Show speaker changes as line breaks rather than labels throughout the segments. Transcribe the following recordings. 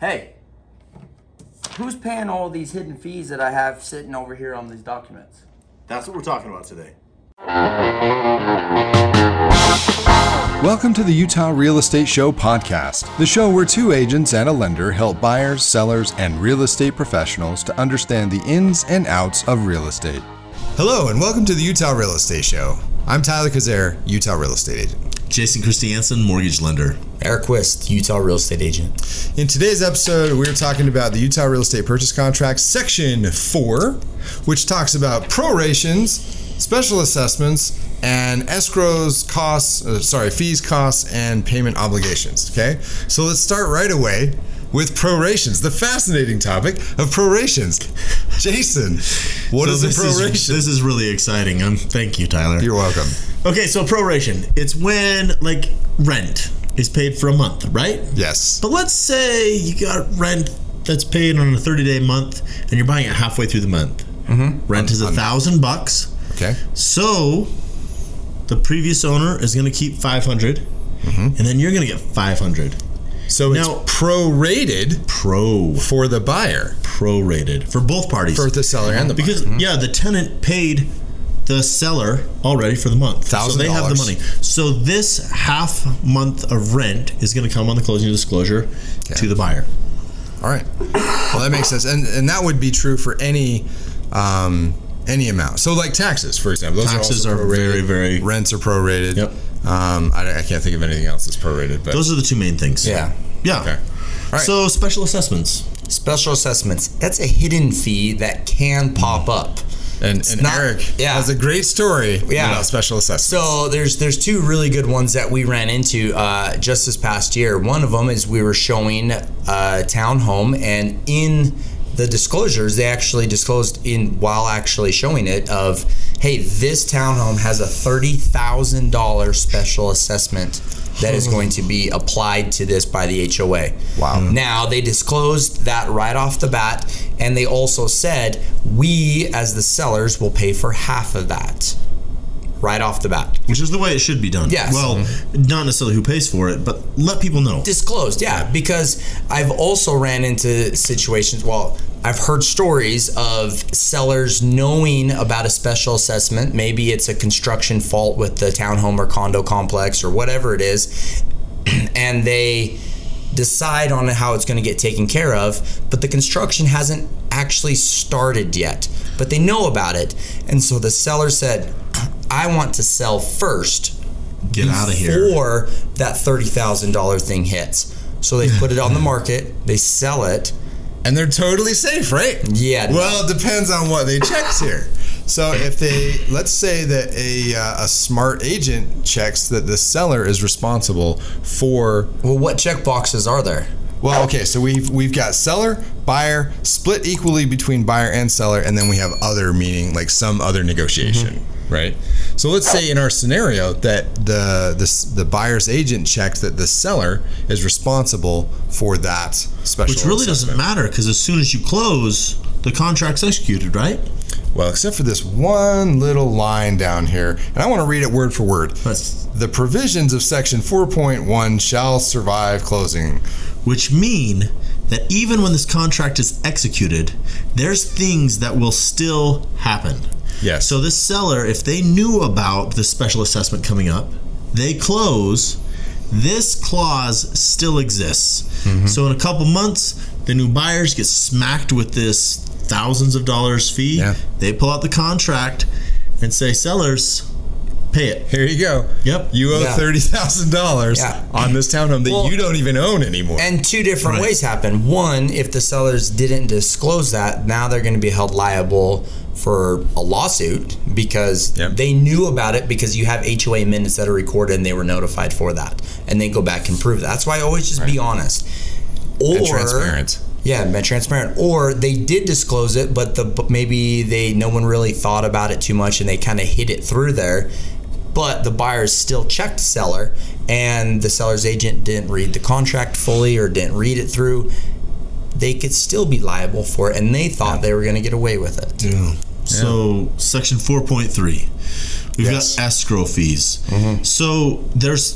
hey, who's paying all these hidden fees that I have sitting over here on these documents?
That's what we're talking about today.
Welcome to the Utah Real Estate Show podcast, the show where two agents and a lender help buyers, sellers, and real estate professionals to understand the ins and outs of real estate. Hello, and welcome to the Utah Real Estate Show. I'm Tyler Kazare, Utah Real Estate Agent.
Jason Christiansen, mortgage lender.
Eric Wist, Utah real estate agent.
In today's episode, we're talking about the Utah Real Estate Purchase Contract, Section 4, which talks about prorations, special assessments, and escrows, costs, uh, sorry, fees, costs, and payment obligations. Okay, so let's start right away with prorations, the fascinating topic of prorations. Jason, what is
this
a proration?
Is, this is really exciting. Um, thank you, Tyler.
You're welcome.
okay, so proration. It's when like rent is paid for a month, right?
Yes.
But let's say you got rent that's paid on a 30-day month, and you're buying it halfway through the month. Mm-hmm. Rent is a thousand bucks.
Okay.
So the previous owner is going to keep 500,
Mm-hmm.
and then you're going to get 500.
So it's
Now-
prorated
Pro
for the buyer,
prorated for both parties.
for the seller and the buyer.
Because yeah, the tenant paid the seller already for the month, so they have the
$1,000.
money. So this half month of rent is going to come on the closing disclosure to the buyer.
All right. Well, that makes sense, and and that would be true for any um, any amount. So, like taxes, for example, those
Taxes
also
are very,
prorated.
very-
rents are prorated.
Yep.
Um, I, I can't think of anything else that's prorated, but
Those are the two main things.
Yeah.
yeah.
Okay. right.
So special assessments.
Special assessments. That's a hidden fee that can pop up.
and,
It's
and
not-
Eric
yeah.
has a great story
Yeah.
about special assessments.
So there's there's two really good ones that we ran into uh, just this past year. One of them is we were showing a townhome, and in the disclosures, they actually disclosed in while actually showing it of, hey, this townhome has a thirty thousand dollar special assessment that is going to be applied to this by the HOA.
Wow.
Now they disclosed that right off the bat, and they also said we as the sellers will pay for half of that right off the bat.
Which is the way it should be done.
Yes.
Well, not necessarily who pays for it, but let people know.
Disclosed, yeah, because I've also ran into situations. Well, I've heard stories of sellers knowing about a special assessment. Maybe it's a construction fault with the townhome or condo complex or whatever it is, and they decide on how it's going to get taken care of, but the construction hasn't actually started yet. But they know about it. And so the seller said, I want to sell first
Get out of here.
before that thirty thousand dollar thing hits. So they put it on the market, they sell it.
and they're totally safe, right?
Yeah.
Well, it depends on what they checked here. So if they, let's say that a uh, a smart agent checks that the seller is responsible for
Well, what check boxes are there?
Well, okay, so we've we've got seller, buyer, split equally between buyer and seller, and then we have other meaning like some other negotiation,
Mm-hmm.
right? So let's say in our scenario that the, the s- the buyer's agent checks that the seller is responsible for that special.
Which really doesn't
assessment.
matter because as soon as you close, the contract's executed, right?
Well, except for this one little line down here, and I want to read it word for word.
That's,
The provisions of section 4.1 shall survive closing.
which mean that even when this contract is executed, there's things that will still happen.
Yes.
So this seller, if they knew about the special assessment coming up, they close. This clause still exists.
Mm-hmm.
So in a couple months, the new buyers get smacked with this thousands of dollars fee.
Yeah.
They pull out the contract and say, "Sellers, pay it."
Here you go.
Yep.
You owe
Yeah.
thirty thousand dollars
Yeah.
on this townhome that
Well-
you don't even own anymore.
And two different ways happen. One, if the sellers didn't disclose that, now they're going to be held liable for a lawsuit because
Yep.
they knew about it because you have HOA minutes that are recorded and they were notified for that. And they go back and prove that. That's why I always just be honest. Or
transparent.
Yeah, been transparent. Or they did disclose it, but the but maybe they no one really thought about it too much, and they kind of hid it through there. But the buyers still checked seller, and the seller's agent didn't read the contract fully or didn't read it through. They could still be liable for it, and they thought they were going to get away with it.
So section four point three, we've
Yes. Mm-hmm.
got escrow fees. So there's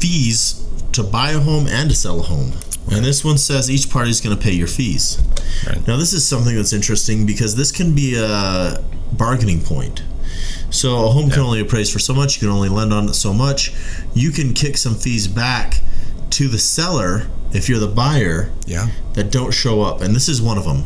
fees to buy a home and to sell a home. And this one says each party is going to pay your fees.
Right.
Now, this is something that's interesting because this can be a bargaining point. So, a home can only appraise for so much, you can only lend on it so much. You can kick some fees back to the seller if you're the buyer
Yeah.
that don't show up. And this is one of them.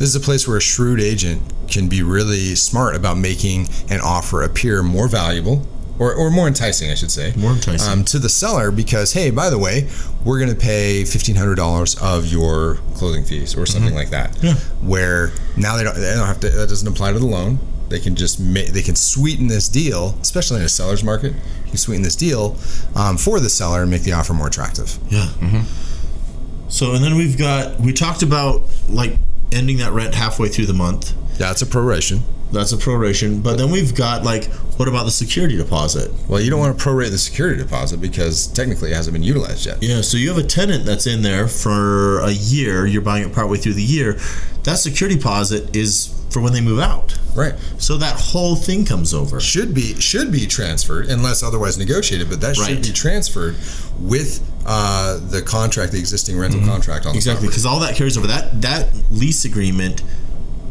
This is a place where a shrewd agent can be really smart about making an offer appear more valuable or, or more enticing, I should say.
More enticing.
Um, to the seller because, hey, by the way, we're going to pay $1,500 of your closing fees or something like that.
Yeah.
Where now they don't, they don't have to, that doesn't apply to the loan. They can just ma- they can sweeten this deal, especially in a seller's market. You can sweeten this deal um, for the seller and make the offer more attractive.
Yeah. So, and then we've got, we talked about like ending that rent halfway through the month.
That's a proration.
That's a proration. But then we've got like, what about the security deposit?
Well, you don't want to prorate the security deposit because technically it hasn't been utilized yet.
Yeah, so you have a tenant that's in there for a year, you're buying it partway through the year. That security deposit is for when they move out.
Right.
So that whole thing comes over.
Should be should be transferred unless otherwise negotiated, but that should
Right.
be transferred with uh, the contract, the existing rental contract on the
Mm-hmm. Exactly,
property.
because all that carries over. That that lease agreement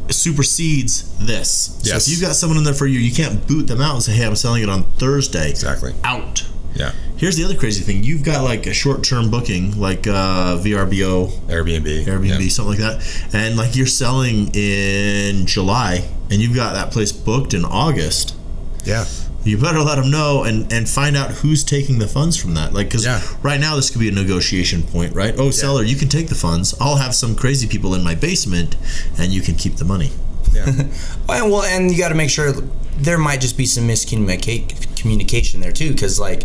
supersedes this.
Yes.
So if you've got someone in there for a year, you can't boot them out and say, "Hey, I'm selling it on Thursday."
Exactly.
Out.
Yeah.
Here's the other crazy thing: you've got like a short-term booking, like uh, VRBO,
Airbnb.
Airbnb,
Yeah.
something like that. And like you're selling in July and you've got that place booked in August,
Yeah.
you better let them know and, and find out who's taking the funds from that. Like, because
Yeah.
right now this could be a negotiation point, right? Oh, seller, you can take the funds. I'll have some crazy people in my basement and you can keep the money.
And well, and you got to make sure there might just be some miscommunication there too, because like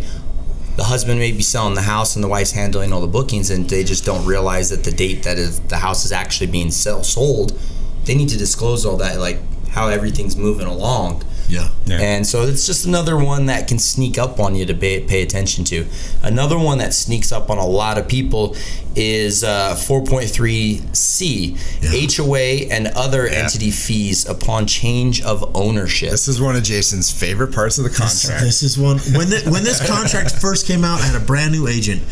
the husband may be selling the house and the wife's handling all the bookings, and they just don't realize that the date that is the house is actually being sell, sold, they need to disclose all that, like how everything's moving along.
Yeah.
Yeah.
And so it's just another one that can sneak up on you to pay, pay attention to. Another one that sneaks up on a lot of people is uh, 4.3C HOA and other entity fees upon change of ownership.
This is one of Jason's favorite parts of the
So
contract.
This is one when the, when this contract first came out. I had a brand new agent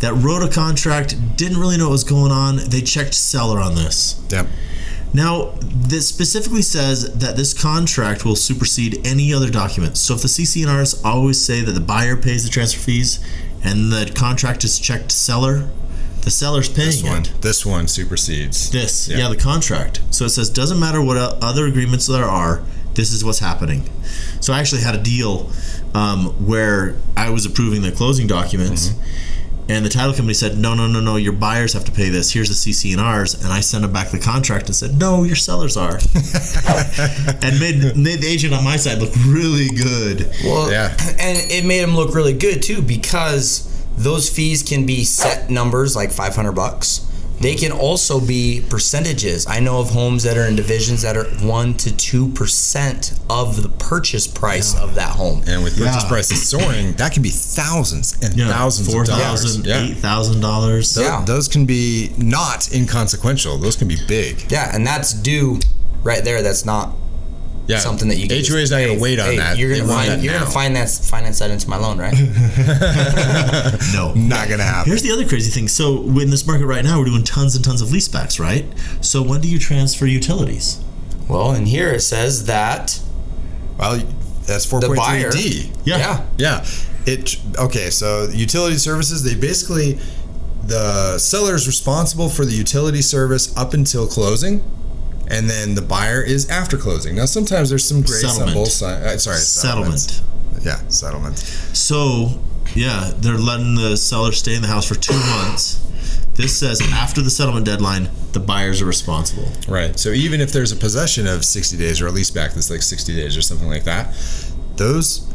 that wrote a contract, didn't really know what was going on. They checked seller on this.
Yep.
Now, this specifically says that this contract will supersede any other document. So if the CCNRs always say that the buyer pays the transfer fees and the contract is checked to seller, the seller's paying
This one.
it.
This one supersedes.
This,
Yeah.
yeah. the contract. So it says doesn't matter what o- other agreements there are. This is what's happening. So I actually had a deal um, where I was approving the closing documents,
Mm-hmm.
and the title company said, "No, no, no, no. Your buyers have to pay this. Here's the CCNRs." And I sent them back the contract and said, "No, your sellers are," and made, made the agent on my side look really good.
Well,
Yeah.
and it made him look really good too because those fees can be set numbers like 500 bucks. They can also be percentages. I know of homes that are in divisions that are 1 to 2% of the purchase price of that home.
And with purchase
Yeah.
prices soaring, that can be thousands and thousands
four
of dollars.
thousand,
yeah.
eight thousand dollars.
Tho-
Yeah.
Those can be not inconsequential. Those can be big.
Yeah, and that's due right there. That's not
Yeah.
something that you can.
HOA is not going
hey,
to wait on
hey,
that.
You're
They
gonna
want
find,
that
you're gonna
now.
finance finance that into my loan, right?
No,
Not going to happen.
Here's the other crazy thing. So, in this market right now, we're doing tons and tons of leasebacks, right? So, when do you transfer utilities?
well, and here it says that
Well, that's
the buyer.
4.3D.
Yeah.
yeah.
Yeah. It okay. So utility services, they basically the seller is responsible for the utility service up until closing, and then the buyer is after closing. Now sometimes there's some grace on
Settlement.
both sides. Uh, sorry, settlements.
Settlement.
Yeah, settlement.
So, yeah, they're letting the seller stay in the house for two months. This says after the settlement deadline, the buyers are responsible.
Right. So even if there's a possession of 60 days or a lease back that's like 60 days or something like that, those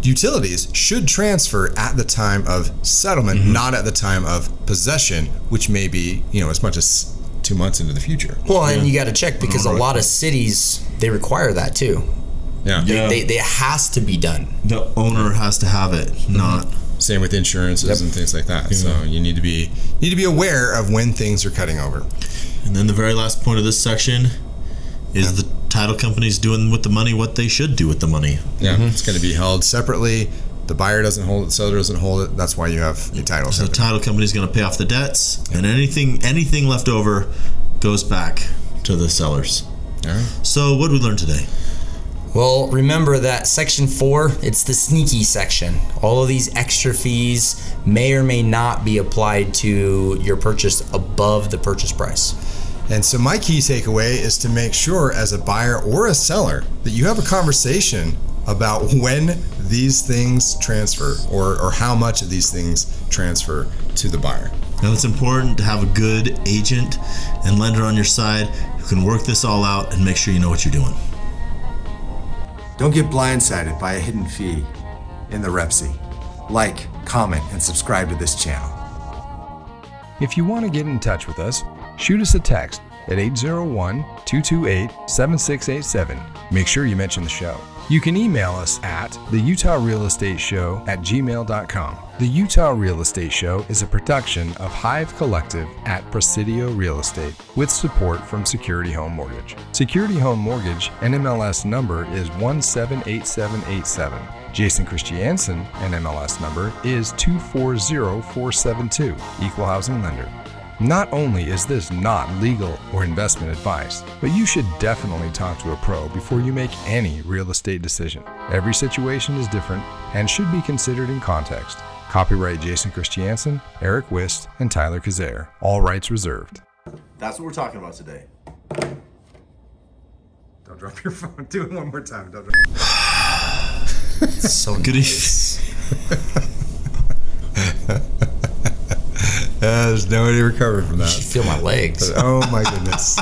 utilities should transfer at the time of settlement, not at the time of possession, which may be you know as much as two months into the future.
Well, and you got to check because a
Right.
lot of cities they require that too.
Yeah.
They, they it has to be done.
the owner has to have
Mm-hmm.
it, not.
Same with insurances and things like that. So you need to be you need to be aware of when things are cutting over.
And then the very last point of this section is the
Mm-hmm.
title companies doing with the money what they should do with the money.
Yeah, it's going to be held separately
The buyer doesn't hold it, the seller doesn't hold it. That's why you have a title.
The
company.
title company's going to pay off the debts, and anything anything left over goes back to the sellers.
All right.
So what did we learn today?
Well, remember that section four, it's the sneaky section. All of these extra fees may or may not be applied to your purchase above the purchase price.
And so my key takeaway is to make sure as a buyer or a seller that you have a conversation about when these things transfer or, or how much of these things transfer to the buyer.
Now it's important to have a good agent and lender on your side who can work this all out and make sure you know what you're doing.
Don't get blindsided by a hidden fee in the Repsy. Like, comment, and subscribe to this channel.
If you want to get in touch with us, shoot us a text at 801 228 7687. Make sure you mention the show. You can email us at the Utah Real Estate Show at gmail.com. The Utah Real Estate Show is a production of Hive Collective at Presidio Real Estate with support from Security Home Mortgage. Security Home Mortgage NMLS number is 178787. Jason Christiansen, and MLS number, is 240472, Equal Housing Lender. Not only is this not legal or investment advice, but you should definitely talk to a pro before you make any real estate decision. Every situation is different and should be considered in context. Copyright Jason Christiansen, Eric Wist, and Tyler Kazare. All rights reserved.
That's what we're talking about today.
Don't drop your phone. Do it one more time. Don't drop.
So
Good
there's nobody recovered from
e-
I
that.
feel my legs.
oh my goodness.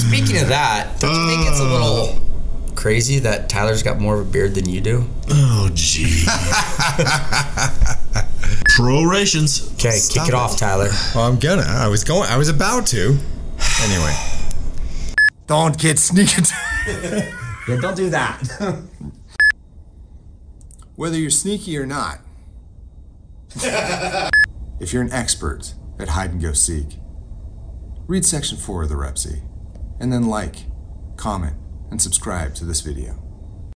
Speaking of that, don't you think it's a little crazy that Tyler's got more of a beard than you do?
Oh gee. Prorations.
Okay, kick
Stop
it,
it.
off, Tyler.
Well, I'm gonna. I was going. I was about to. Anyway.
Don't get sneaked.
Yeah, don't do that.
Whether you're sneaky or not, if you're an expert at hide and go seek, read section 4 of the Repsy, and then like, comment, and subscribe to this video.